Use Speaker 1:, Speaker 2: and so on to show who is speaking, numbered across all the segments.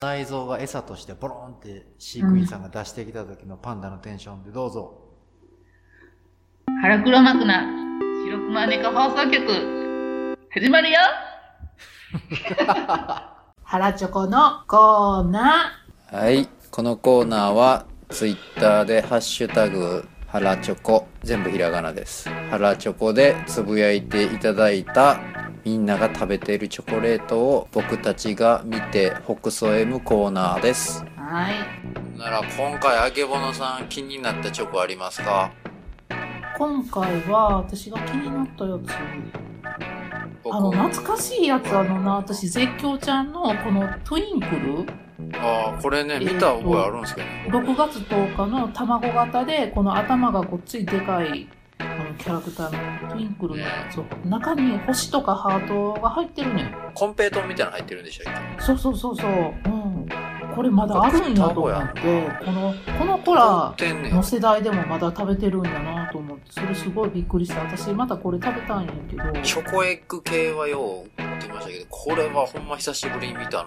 Speaker 1: 内臓が餌としてボロンって飼育員さんが出してきた時のパンダのテンションでどうぞ。
Speaker 2: 腹黒幕な白熊猫放送局始まるよ
Speaker 3: 腹チョコのコーナ
Speaker 4: はい。このコーナーは、ツイッターで、ハッシュタグ、ハラチョコ、全部ひらがなです。ハラチョコでつぶやいていただいた、みんなが食べているチョコレートを僕たちが見て、ほくそ笑むコーナーです。
Speaker 3: ー。はい。
Speaker 4: なら、今回、あけぼのさん、気になったチョコありますか
Speaker 3: 今回は私が気になったやつ。あの、懐かしいやつあのな、私絶叫ちゃんのこのトゥインクル
Speaker 4: ああ、これね、見た覚えあるんですけど、
Speaker 3: 6月10日の卵型で、この頭がごっついでかい、あの、キャラクターのトゥインクルのやつを、中に星とかハートが入ってるねん。
Speaker 4: コンペイトンみたいなの入ってるんでしたっけ
Speaker 3: そうそうそうそう。うん。これまだあるんやと思って、この、この子ら
Speaker 4: 売ってんねん
Speaker 3: の世代でもまだ食べてるんだなと思って、それすごいびっくりした。私またこれ食べたいんやけど。
Speaker 4: チョコエッグ系はよう売ってましたけど、これはほんま久しぶりに見たな。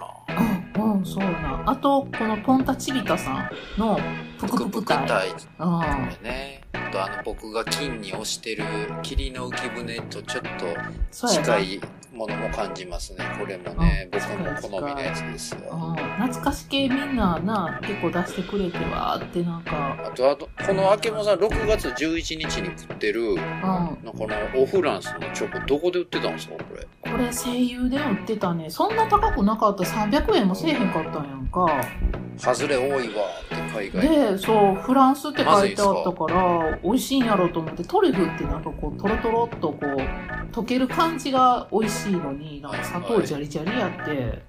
Speaker 3: うん、うん、そうな。あと、このポンタチビタさんのぷくぷく
Speaker 4: ぷく
Speaker 3: 体。
Speaker 4: 体
Speaker 3: うん。
Speaker 4: これね。あとあの僕が金に押してる霧の浮き舟とちょっと
Speaker 3: そうやな。
Speaker 4: 近
Speaker 3: うん
Speaker 4: いものも感じますね。これもね、
Speaker 3: うん
Speaker 4: 僕の好みのやつですわ。
Speaker 3: 懐かし系みんなな、結構出してくれてわーってなんか、
Speaker 4: あとあと、このあけもさん6月11日に食ってる、
Speaker 3: うん。
Speaker 4: このオフランスのチョコどこで売ってたんですかこれ。
Speaker 3: これ声優で売ってたね。そんな高くなかった。300円もせえへんかったんやんか。
Speaker 4: ハズレ多いわって海外に。
Speaker 3: で、そう、フランスって書いてあったから、美味しいんやろうと思って、トリュフってなんかこう、トロトロっとこう、溶ける感じが美味しいのに、なんか砂糖ジャリジャリやって。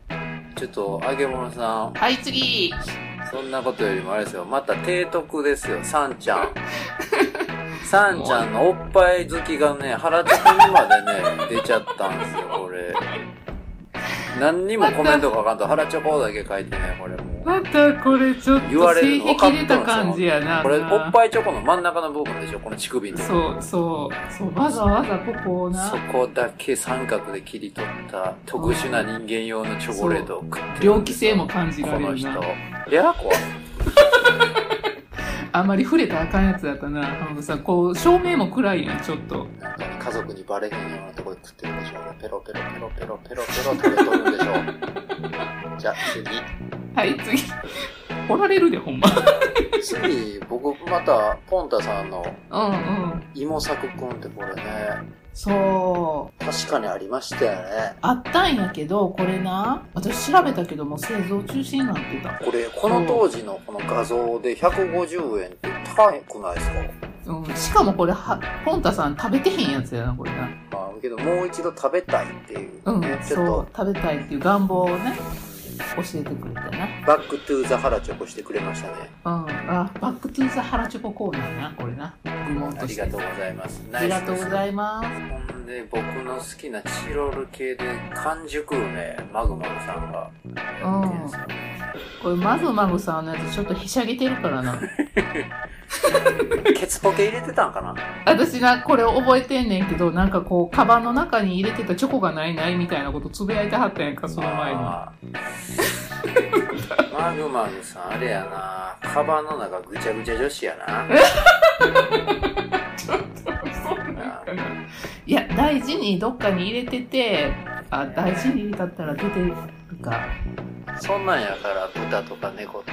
Speaker 4: ちょっとあけものさん、
Speaker 3: はい、次
Speaker 4: そんなことよりもあれですよ。また提督ですよ、サンちゃん。 サンちゃんのおっぱい好きがね、腹チョコにまでね、出ちゃったんですよ、これ。何にもコメント書かんと腹チョコだけ書いてね、これもう。
Speaker 3: またこれちょっ
Speaker 4: 言われるの分かっとるんですよ
Speaker 3: やな
Speaker 4: これ、おっぱいチョコの真ん中の部分でしょ、この乳首の。そ
Speaker 3: そう、そう、そう、わざわざここをな、
Speaker 4: こだけ三角で切り取った特殊な人間用のチョコレートを食ってる
Speaker 3: 猟奇性も感じら
Speaker 4: こ
Speaker 3: れ
Speaker 4: の
Speaker 3: る
Speaker 4: 人
Speaker 3: な。。
Speaker 4: やらこは。
Speaker 3: あんまり触れたらあかんやつだったな。あのさ、こう、照明も暗いやん、ちょっと。
Speaker 4: なんかね、家族にバレへんようなとこで食ってるんでしょペロペロペロペロペロペロ食べとるんでしょじゃあ
Speaker 3: はい、 次。おられるで、ほんま。
Speaker 4: 次。次、僕また、ポンタさんの
Speaker 3: うんうん。
Speaker 4: 芋作くんってこれね、
Speaker 3: そう。
Speaker 4: 確かにありましたよね。
Speaker 3: あったんやけど、これな、私調べたけども製造中止になってた。
Speaker 4: これ、この当時のこの画像で150円って高くないですか
Speaker 3: うん、しかもこれは、ポンタさん食べてへんやつやな、これな。
Speaker 4: まあ、けどもう一度食べたいっていう、
Speaker 3: うん、
Speaker 4: ね、ちょっ
Speaker 3: そ
Speaker 4: と
Speaker 3: う、、食べたいっていう願望をね、教えてくれたな。
Speaker 4: バックトゥーザハラチョコしてくれましたね。
Speaker 3: うん、あ、バックトゥーザハラチョココーナーな、これな。部門
Speaker 4: あ
Speaker 3: と
Speaker 4: り
Speaker 3: し
Speaker 4: が
Speaker 3: て
Speaker 4: とう。ございます。
Speaker 3: ありがとうござ
Speaker 4: い
Speaker 3: います。
Speaker 4: ほんで、僕の好きなチロル系で、完熟梅、マグマムさんがやってるんですよね。
Speaker 3: これ、まずまぐさんのやつちょっとへしゃげてるからな。
Speaker 4: ケツポケ入れてたんかな
Speaker 3: 私な、これ覚えてんねんけど、なんかこう、カバンの中に入れてたチョコがないないみたいなことつぶやいてはったやんか、その前に。
Speaker 4: あーマグマムさん、あれやな。カバンの中ぐちゃぐちゃ女子やな。
Speaker 3: ちょっとそうなんかないや大事にどっかに入れててあ大事に入れたったら出てるか
Speaker 4: そんなんやから、豚とか猫とか、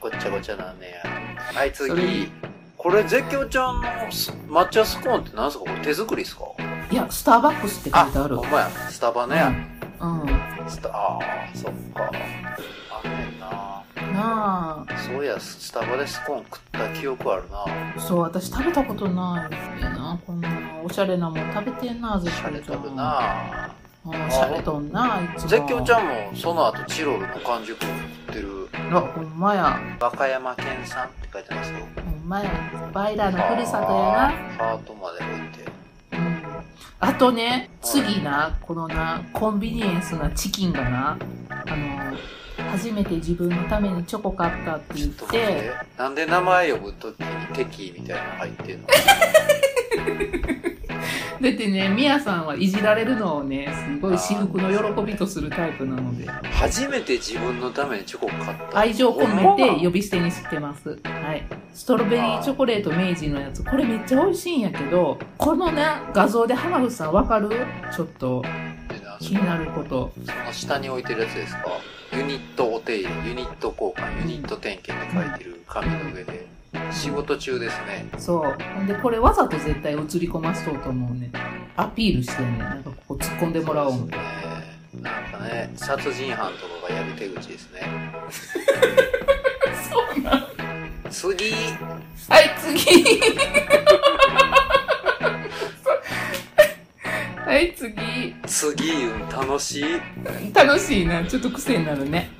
Speaker 4: ごっちゃごちゃなんねや。はい、
Speaker 3: それ
Speaker 4: 次。これ、絶叫ちゃんのす抹茶スコーンって何すかこれ手作りっすか
Speaker 3: いやスターバックスって書
Speaker 4: あ
Speaker 3: いてある
Speaker 4: ほんまや。スタバね。
Speaker 3: うん
Speaker 4: スタああそっかあんねんな
Speaker 3: なあ
Speaker 4: そういやスタバでスコーン食った記憶あるな
Speaker 3: そう私食べたことないよなこんなおしゃれなもん食べてんな
Speaker 4: シ
Speaker 3: 絶
Speaker 4: ャレ
Speaker 3: 叫ちゃ
Speaker 4: とる
Speaker 3: ん
Speaker 4: な
Speaker 3: うんしゃれとんないつも
Speaker 4: 絶叫ちゃんもその後チロルの完熟を食ってる
Speaker 3: あほんまや
Speaker 4: 和歌山県産って書いてますよ
Speaker 3: ほんまやバイラのふるさとや
Speaker 4: なハートまで置いて
Speaker 3: なうんあとね次なこのなコンビニエンスなチキンがなあの初めて自分のためにチョコ買ったって
Speaker 4: ち
Speaker 3: 言
Speaker 4: ょ
Speaker 3: っ、
Speaker 4: っと待っててなんで名前呼ぶ時に敵意みたいなの入ってんの
Speaker 5: だってね、みやさんはいじられるのをね、すごい至福の喜びとするタイプなので、
Speaker 4: 初めて自分のためにチョコ買った
Speaker 5: 愛情込めて呼び捨てにしてます。はい。ストロベリーチョコレート明治のやつ、これめっちゃ美味しいんやけど、このね、画像で浜口さんわかるちょっと気になること。
Speaker 4: その下に置いてるやつですかユニットお手入れユニット交換ユニット点検って書いてる紙の上で仕事中ですね
Speaker 5: そう。ほんで、これわざと絶対映り込ませとうと思うね。アピールしてね、なんかここ突っ込んでもらおう
Speaker 4: そう
Speaker 5: み
Speaker 4: で
Speaker 5: たい
Speaker 4: すねなんかね殺人犯とかがやる手口ですね
Speaker 5: な。 そうなん
Speaker 4: 次
Speaker 5: はい、次 はい、次。
Speaker 4: 次うん楽しい
Speaker 5: 楽しいな。ちょっと癖になるね。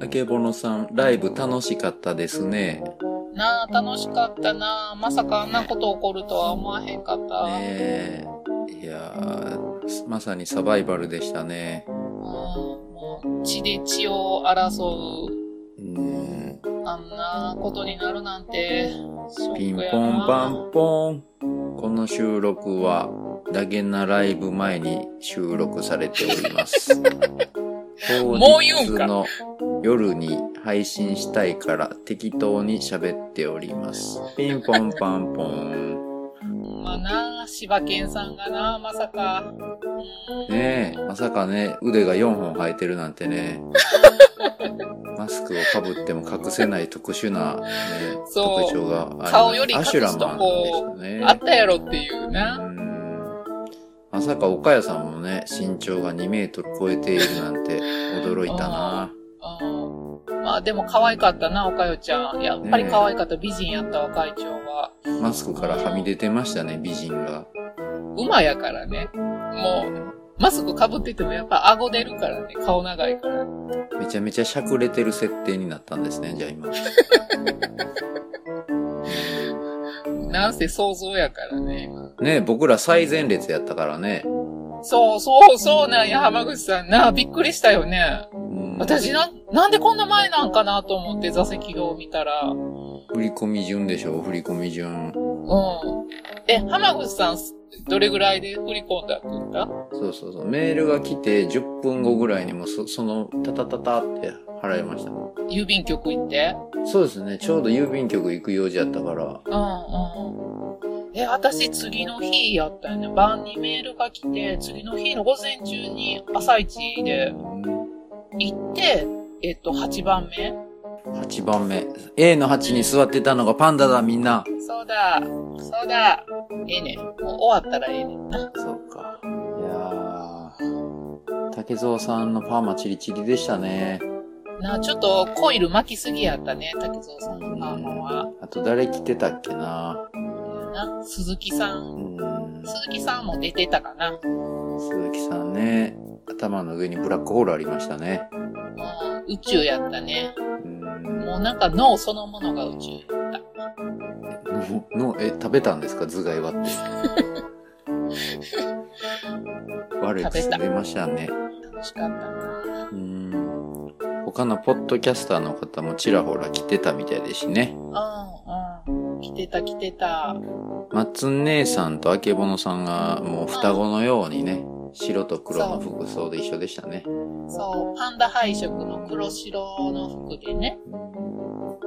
Speaker 4: あけぼのさんライブ楽しかったですね
Speaker 3: なあ、楽しかったなあ。まさかあんなこと起こるとは思わへんかった。
Speaker 4: ねえいやーまさにサバイバルでしたね
Speaker 3: うんもう血で血を争う。
Speaker 4: うん
Speaker 3: あんなことになるなんて。
Speaker 4: ピンポンパンポン。この収録は、ダゲなライブ前に収録されております。当
Speaker 3: もう言
Speaker 4: 日
Speaker 3: うんか
Speaker 4: の夜に配信したいから適当に喋っております。ピンポンパンポン。
Speaker 3: ン。まあなあ、柴犬さんがなあ、まさか。うん
Speaker 4: ねえ、まさかね、腕が4本生えてるなんてね。マスクをかぶっても隠せない特殊な、ね、
Speaker 3: そう
Speaker 4: 特徴があります
Speaker 3: 顔より隠
Speaker 4: アシュラ
Speaker 3: すと
Speaker 4: マンでし
Speaker 3: こ
Speaker 4: たね。
Speaker 3: あったやろってい
Speaker 4: う
Speaker 3: うな。
Speaker 4: んまさか岡谷さんもね、身長が2メートル超えているなんて驚いたな。
Speaker 3: うん。まあでも可愛かったな、おかよちゃん。やっぱり可愛かった。美人やったわ、会長は。
Speaker 4: マスクからはみ出てましたね、美人が。
Speaker 3: 馬やからね。もう、マスク被っててもやっぱ顎出るからね。顔長いから。
Speaker 4: めちゃめちゃしゃくれてる設定になったんですね、じゃあ今。
Speaker 3: なんせ想像やからね。
Speaker 4: ね僕ら最前列やったからね。
Speaker 3: そうそうそうなんや、浜口さんな。びっくりしたよね。
Speaker 4: うん、
Speaker 3: 私な、なんでこんな前なんかなと思って座席を見たら。うん。
Speaker 4: 振り込み順でしょ、振り込み順。
Speaker 3: え、浜口さん、どれぐらいで振り込んだって言った
Speaker 4: そうそうそう。メールが来て10分後ぐらいにもうそその、タタタタって払いました。
Speaker 3: 郵便局行って。
Speaker 4: そうですね、ちょうど郵便局行く用事やったから。
Speaker 3: うんうん。え、私次の日やったよね。晩にメールが来て、次の日の午前中に朝一で行って、えっと、8番目
Speaker 4: 8番目 A の8に座ってたのがパンダだみんな
Speaker 3: そうだ、そうだ。ええねん。もう終わったらええねんな。
Speaker 4: そうかいやー竹蔵さんのパーマチリチリでしたね
Speaker 3: なあ、ちょっとコイル巻きすぎやったね、竹蔵さんのパーマは。
Speaker 4: あと誰来てたっけな
Speaker 3: な、鈴木さ。
Speaker 4: うんん
Speaker 3: 鈴木さんも出てたかな。
Speaker 4: 鈴木さんね頭の上にブラックホールありましたね
Speaker 3: うん、宇宙やったね。
Speaker 4: うん
Speaker 3: もうなんか脳そのものが宇宙。
Speaker 4: ののえ食べたんですか頭蓋は って悪い癖出ましたね
Speaker 3: 楽しかったな。
Speaker 4: うん他のポッドキャスターの方もちらほら来てたみたいですしね
Speaker 3: うんうん。来てた来てた。
Speaker 4: 松姉さんとあけぼのさんがもう双子のようにね、白と黒の服装で一緒でしたね。
Speaker 3: そう、パンダ配色の黒白の服でね。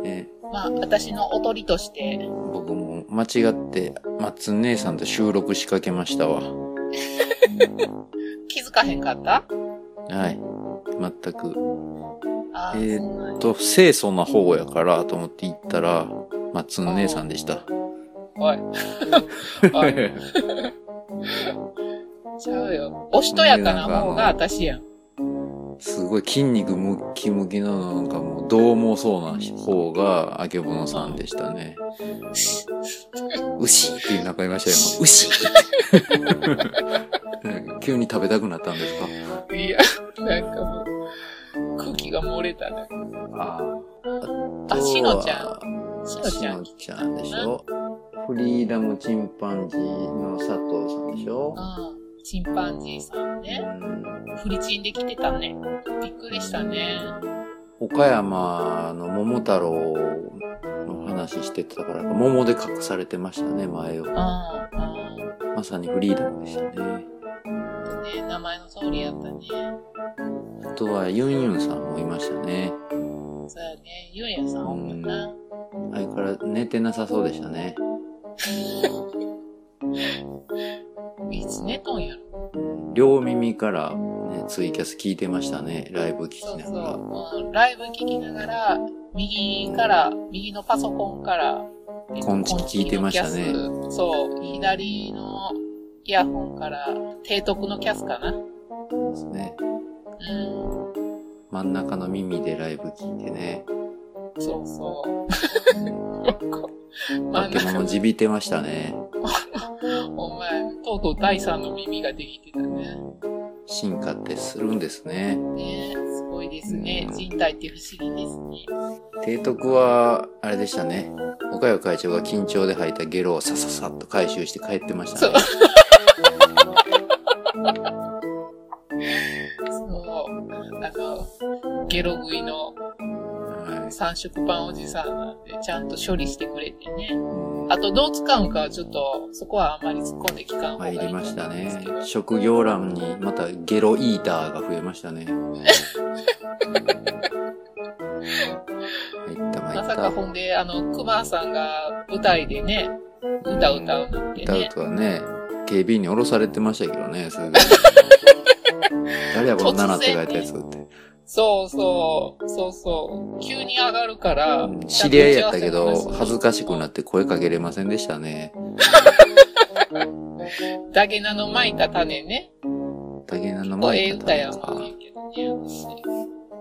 Speaker 4: ね
Speaker 3: まあ、私のおとりとして。
Speaker 4: 僕も間違って松姉さんと収録仕掛けましたわ。
Speaker 3: 気づかへんかった
Speaker 4: はい。全く。
Speaker 3: ああ、
Speaker 4: えー
Speaker 3: そうなんや
Speaker 4: と、清楚な方やからと思って行ったら、松姉さんでした。
Speaker 3: おい。おい、 ちゃうよ。おしとやかな方が私やん。
Speaker 4: すごい筋肉ムキムキのなんかもうどうもそうな方があけぼのさんでしたね。牛っていう中いましたよ、今。牛 急に食べたくなったんですか
Speaker 3: いや、なんかもう、空気が漏れたね。
Speaker 4: あ
Speaker 3: あ、しのちゃ
Speaker 4: ん。
Speaker 3: ん。しの
Speaker 4: し
Speaker 3: ちゃん。う
Speaker 4: のちゃん
Speaker 3: ん。
Speaker 4: でしょ。フリーダムチンパンジーの佐藤さんでしょ。
Speaker 3: チンパンジーさんね。フリチンで来てたね。びっくりしたね。
Speaker 4: 岡山の桃太郎の話してたから、桃で隠されてましたね、前を。
Speaker 3: ああ、あ
Speaker 4: まさにフリーダムでしたね。
Speaker 3: あ、ね、名前の通りやったね。
Speaker 4: あとはユンユンさんもいましたね。
Speaker 3: そうやね、ゆうやさんおったな。
Speaker 4: あれから寝てなさそうでしたね。
Speaker 3: いつ寝とんやろ。
Speaker 4: 両耳から、ね、ツイキャス聞いてましたね、ライブ聞き
Speaker 3: そう
Speaker 4: な
Speaker 3: そ
Speaker 4: がら。
Speaker 3: う、うん。ライブ聞きながら、右から、右のパソコンから、えっと
Speaker 4: コンチ聞いてましたね
Speaker 3: コンチのキャスそう、左のイヤホンから、提督のキャスかな。
Speaker 4: ですね。
Speaker 3: うん、
Speaker 4: 真ん中の耳でライブ聞いて ね。
Speaker 3: そ うそう。ま
Speaker 4: 化
Speaker 3: あ、
Speaker 4: け物じびてましたね。
Speaker 3: お前、とうとう第三の耳ができてたね。
Speaker 4: 進化ってするんですね。
Speaker 3: ねすごいですね。人体って不思議ですね。
Speaker 4: 提督は、あれでしたね。岡谷会長が緊張で吐いたゲロをさささっと回収して帰ってましたね。
Speaker 3: そう、あの、ゲロ食いの
Speaker 4: はい
Speaker 3: 三色パンおじさんなんで、ちゃんと処理してくれてね。
Speaker 4: うん
Speaker 3: あと、どう使うんかはちょっと、そこはあんまり突っ込んで聞かん方が
Speaker 4: 参
Speaker 3: いいと
Speaker 4: り
Speaker 3: 思
Speaker 4: まし
Speaker 3: う
Speaker 4: た
Speaker 3: んです
Speaker 4: ね
Speaker 3: けど。。
Speaker 4: 職業欄にまたゲロイーターが増えました ね。入った参
Speaker 3: ま
Speaker 4: っ
Speaker 3: さ
Speaker 4: た
Speaker 3: か。ほんで、あの、クマさんが舞台でね、歌歌うのって
Speaker 4: ダウ
Speaker 3: ね、
Speaker 4: トはね、警備員に降ろされてましたけどね、す ぐ。誰やこの7って書いたやつって。
Speaker 3: そうそう、そうそう、急に上がるから、
Speaker 4: 知り合いやったけど、恥ずかしくな
Speaker 3: っ
Speaker 4: って声かけれませんでしたね。
Speaker 3: ダゲナのまいた種ね、
Speaker 4: 竹菜の
Speaker 3: これ
Speaker 4: 前
Speaker 3: ええ
Speaker 4: 行っ
Speaker 3: 歌
Speaker 4: た
Speaker 3: や
Speaker 4: や
Speaker 3: も
Speaker 4: つ
Speaker 3: ん
Speaker 4: か。
Speaker 3: ねんけどね、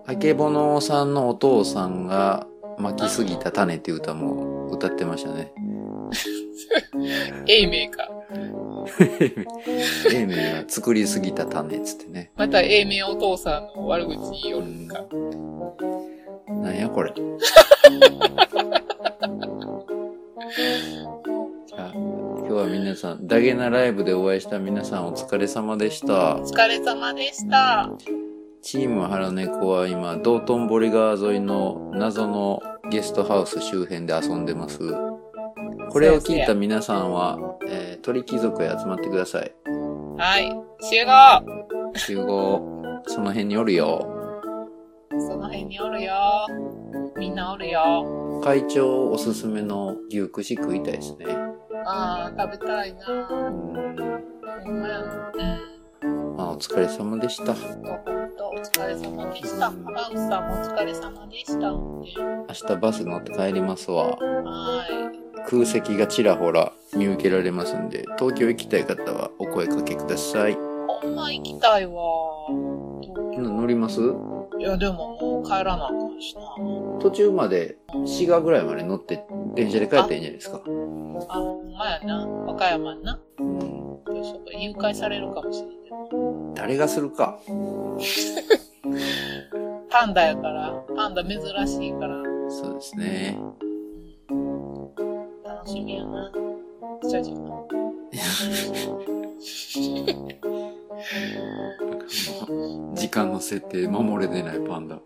Speaker 3: 私。
Speaker 4: あけぼのさんのお父さんが巻きすぎた種っていう歌も歌ってましたね。
Speaker 3: エイメイか。
Speaker 4: エイミーが作りすぎた種っつってね。
Speaker 3: また、英明お父さんの悪口言いよるんか。
Speaker 4: なんやこれ。じゃあ今日は皆さん、ダゲなライブでお会いした皆さんお疲れ様でした
Speaker 3: お。疲れ様でした。
Speaker 4: チーム原猫は今、道頓堀川沿いの謎のゲストハウス周辺で遊んでます。これを聞いた皆さんは、えー鳥貴族へ集まってください。
Speaker 3: はい。集合
Speaker 4: 集合、その辺におるよ。
Speaker 3: その辺におるよ。みんなおるよ。
Speaker 4: 会長おすすめの牛串食いたいですね。
Speaker 3: ああ、食べたいな。
Speaker 4: うん
Speaker 3: ほんまやな。うん。
Speaker 4: まあ、お疲れ様でした。
Speaker 3: ほんと、ほんと、お疲れ様でした。浜口さんもお疲れ様でした。ね、
Speaker 4: 明日バス乗って帰りますわ。
Speaker 3: は
Speaker 4: 空席がちらほら見受けられますんで、東京行きたい方はお声かけください。
Speaker 3: い。ほんま行きたいわ。
Speaker 4: 今乗ります
Speaker 3: いや、でももう帰らなあかんしな。
Speaker 4: 途中まで滋賀ぐらいまで乗って電車で帰ったらいいんじゃないですか。
Speaker 3: あ、ほんまやな。和歌山にな。
Speaker 4: うん
Speaker 3: どうしようか誘拐されるかもしれない。
Speaker 4: 誰がするか。
Speaker 3: パンダやから、パンダ珍しいから、
Speaker 4: そうですね。
Speaker 3: 楽しみやな。じゃじゃ。
Speaker 4: 時間の設定守れてないパンダ。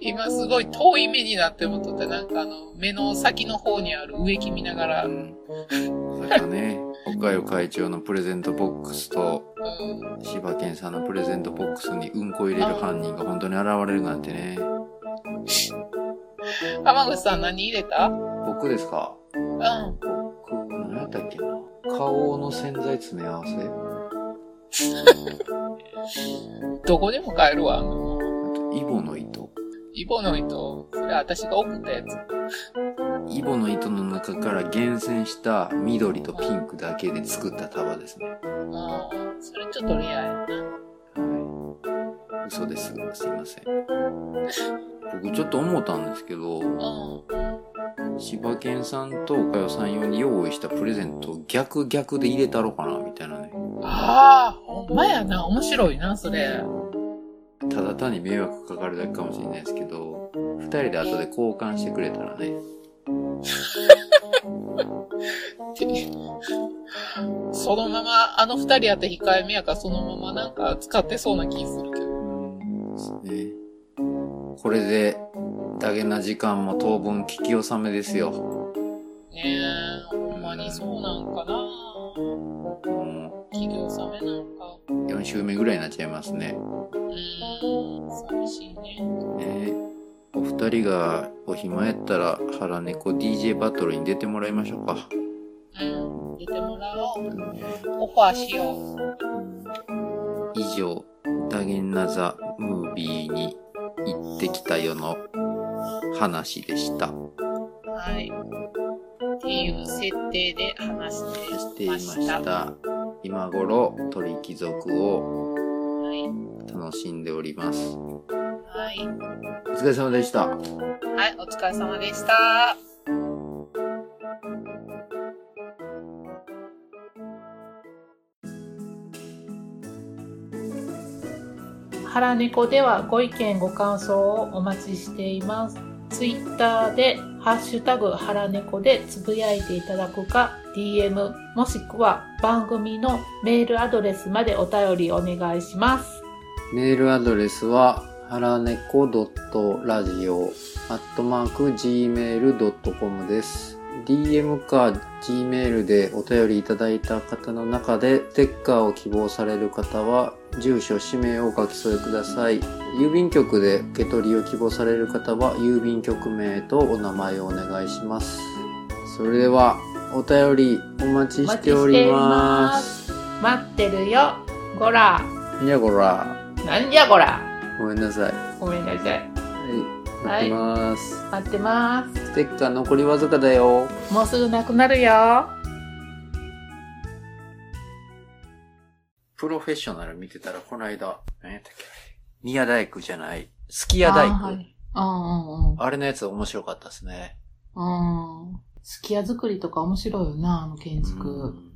Speaker 3: 今すごい遠い目になってもとって、なんかあの、目の先の方にある植木見ながら、
Speaker 4: う
Speaker 3: うん。
Speaker 4: ん。だからね、岡代会長のプレゼントボックスと、柴犬さんのプレゼントボックスにうんこ入れる犯人が本当に現れるなんてね。
Speaker 3: 浜口さん何入れたうん。
Speaker 4: 僕ですか僕、何やったっけな。顔の洗剤詰め合わせ
Speaker 3: どこでも買えるわ、あの、
Speaker 4: あと、イボの糸。
Speaker 3: イボの糸。それ私が送ったやつ。
Speaker 4: イボの糸の中から厳選した緑とピンクだけで作った束ですね。
Speaker 3: うん。それちょっとレアやな。
Speaker 4: はい。嘘です。すいません。僕ちょっと思ったんですけど、
Speaker 3: うん。
Speaker 4: 柴犬さんと岡代さん用に用意したプレゼントを逆逆で入れたろかな、みたいなね。
Speaker 3: ああ、ほんまやな。面白いな、それ。
Speaker 4: ただ単に迷惑かかるだけかもしれないですけど、二人で後で交換してくれたらね。
Speaker 2: そのまま、あの二人やって控えめやから、そのままなんか使ってそうな気するけど。
Speaker 4: うんですねこれでダゲな時間も当分聞き納めですよ、
Speaker 2: ねえ、ほんまにそうなんかな
Speaker 4: も
Speaker 2: 企業納めなんか。
Speaker 4: う4週目ぐらいになっちゃいますね
Speaker 2: うーん、寂しいね。
Speaker 4: ねお二人がお暇やったら腹猫 DJ バトルに出てもらいましょうか、
Speaker 2: うん、出てもらおう。オファーしよう。
Speaker 4: 以上「ダゲンなザムービーに行ってきたよ」の話でした
Speaker 2: はい。っていう設定で話し
Speaker 4: しててい
Speaker 2: い
Speaker 4: ま
Speaker 2: まし。
Speaker 4: したた今頃鳥貴族を
Speaker 2: はい。
Speaker 4: 楽しんでおりますお
Speaker 2: はい。
Speaker 4: 疲れ様でした
Speaker 2: はい、お疲れ様でした。
Speaker 3: ハラネコではご意見ご感想をお待ちしています。ツイッターでハッシュタグハラネコでつぶやいていただくか DM もしくは番組のメールアドレスまでお便りお願いします。
Speaker 4: メールアドレスは、はらねこ .radio アットマーク gmail.com です。DM か Gmail でお便りいただいた方の中で、ステッカーを希望される方は、住所、氏名をお書き添えください。郵便局で受け取りを希望される方は、郵便局名とお名前をお願いします。それでは、お便りお待ちしております。
Speaker 3: 待ってるよ。ごら。
Speaker 4: にゃごら。
Speaker 3: なんじゃごら。
Speaker 4: ごめんなさい。
Speaker 3: ごめんなさい。
Speaker 4: はい、待ってます。
Speaker 3: 待ってま
Speaker 4: ステッカー残りわずかだよ。
Speaker 3: す。もうすぐなくなるよ。
Speaker 4: プロフェッショナル見てたら、この間、何やったっけ宮大工じゃない、スキヤ大工。あ,、
Speaker 3: はいうんうんうん。
Speaker 4: れのやつ面白かったですね。
Speaker 3: うん。すき家作りとか面白いよな、あの建築。
Speaker 4: うん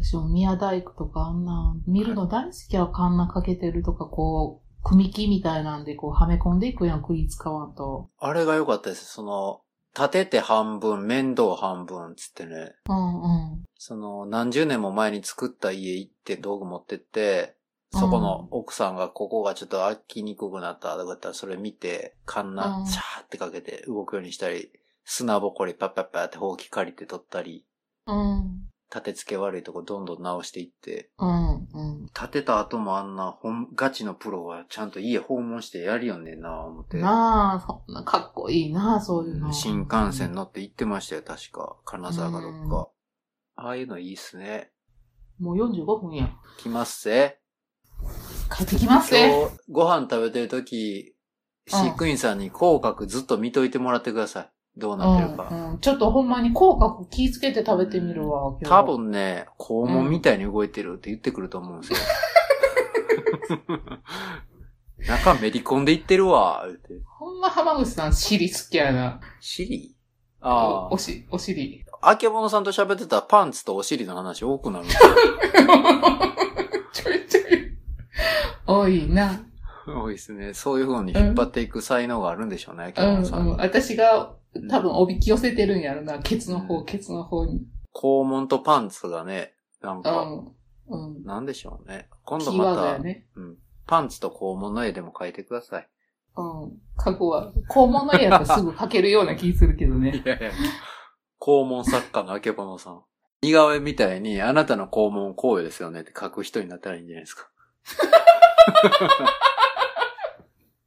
Speaker 3: 私も宮大工とかあんな、見るの大好きやわ、カンナかけてるとか、こう、組木みたいなんで、こう、はめ込んでいくやん、栗使わんと。
Speaker 4: あれが良かったです。その、立てて半分、面倒半分、つってね。
Speaker 3: うんうん。
Speaker 4: その、何十年も前に作った家行って道具持ってって、そこの奥さんがここがちょっと飽きにくくなったとかだったらそれ見て、カン
Speaker 3: う
Speaker 4: ナ
Speaker 3: ん、
Speaker 4: シャーってかけて動くようにしたり、砂ぼこりパッパッパってほうき借りて取ったり、
Speaker 3: うん。
Speaker 4: 立て付け悪いとこどんどん直していって、
Speaker 3: うんうん。
Speaker 4: 立てた後もあんな、ほん、ガチのプロはちゃんと家訪問してやるよねんな、思って。
Speaker 3: なあ、そんな、かっこいいなあ、そういうの。
Speaker 4: 新幹線乗って行ってましたよ、確か。金沢かどっ
Speaker 3: うん
Speaker 4: か。ああいうのいいっすね。
Speaker 3: もう45分やん。
Speaker 4: 来ますぜ。
Speaker 3: 帰ってきます
Speaker 4: 今
Speaker 3: ね。
Speaker 4: 日、ご飯食べてるとき、
Speaker 3: うん
Speaker 4: 飼育員さんに口角ずっと見といてもらってください。どう
Speaker 3: う
Speaker 4: なってるか。
Speaker 3: んうん。ちょっとほんまに口角気ぃつけて食べてみるわ、今日。
Speaker 4: 多。分ね、肛門みたいに動いてるって言ってくると思うんですよ。 中めり込んでいってるわ、言って。
Speaker 3: ほんま浜口さん、尻好きやな。
Speaker 4: シリあ
Speaker 3: おおし、お尻。
Speaker 4: あ。あけぼのさんと喋ってたらパンツとお尻の話多くなる。
Speaker 3: ちょいちょい。多いな。
Speaker 4: 多いですね。そういう風に引っ張っていく才能があるんでしょうね、あけ
Speaker 3: う
Speaker 4: ぼ
Speaker 3: ん
Speaker 4: のさん
Speaker 3: う
Speaker 4: に
Speaker 3: ん。。私が多分おびき寄せてるんやろな。ケツの方、ケツの方に。
Speaker 4: 肛門とパンツがね、なん
Speaker 3: う
Speaker 4: か、
Speaker 3: ん。うん。
Speaker 4: なんでしょうね。今
Speaker 3: キ
Speaker 4: 度
Speaker 3: ーワ
Speaker 4: ま
Speaker 3: ードや
Speaker 4: た、
Speaker 3: ね。
Speaker 4: うん、パンツと肛門の絵でも描いてください。
Speaker 3: うん。過去は。肛門の家だとすぐ書けるような気するけどね。
Speaker 4: やいや。肛門作家のあけぼのさん。似顔絵みたいに、あなたの肛門こうですよねって書く人になったらいいんじゃないですか。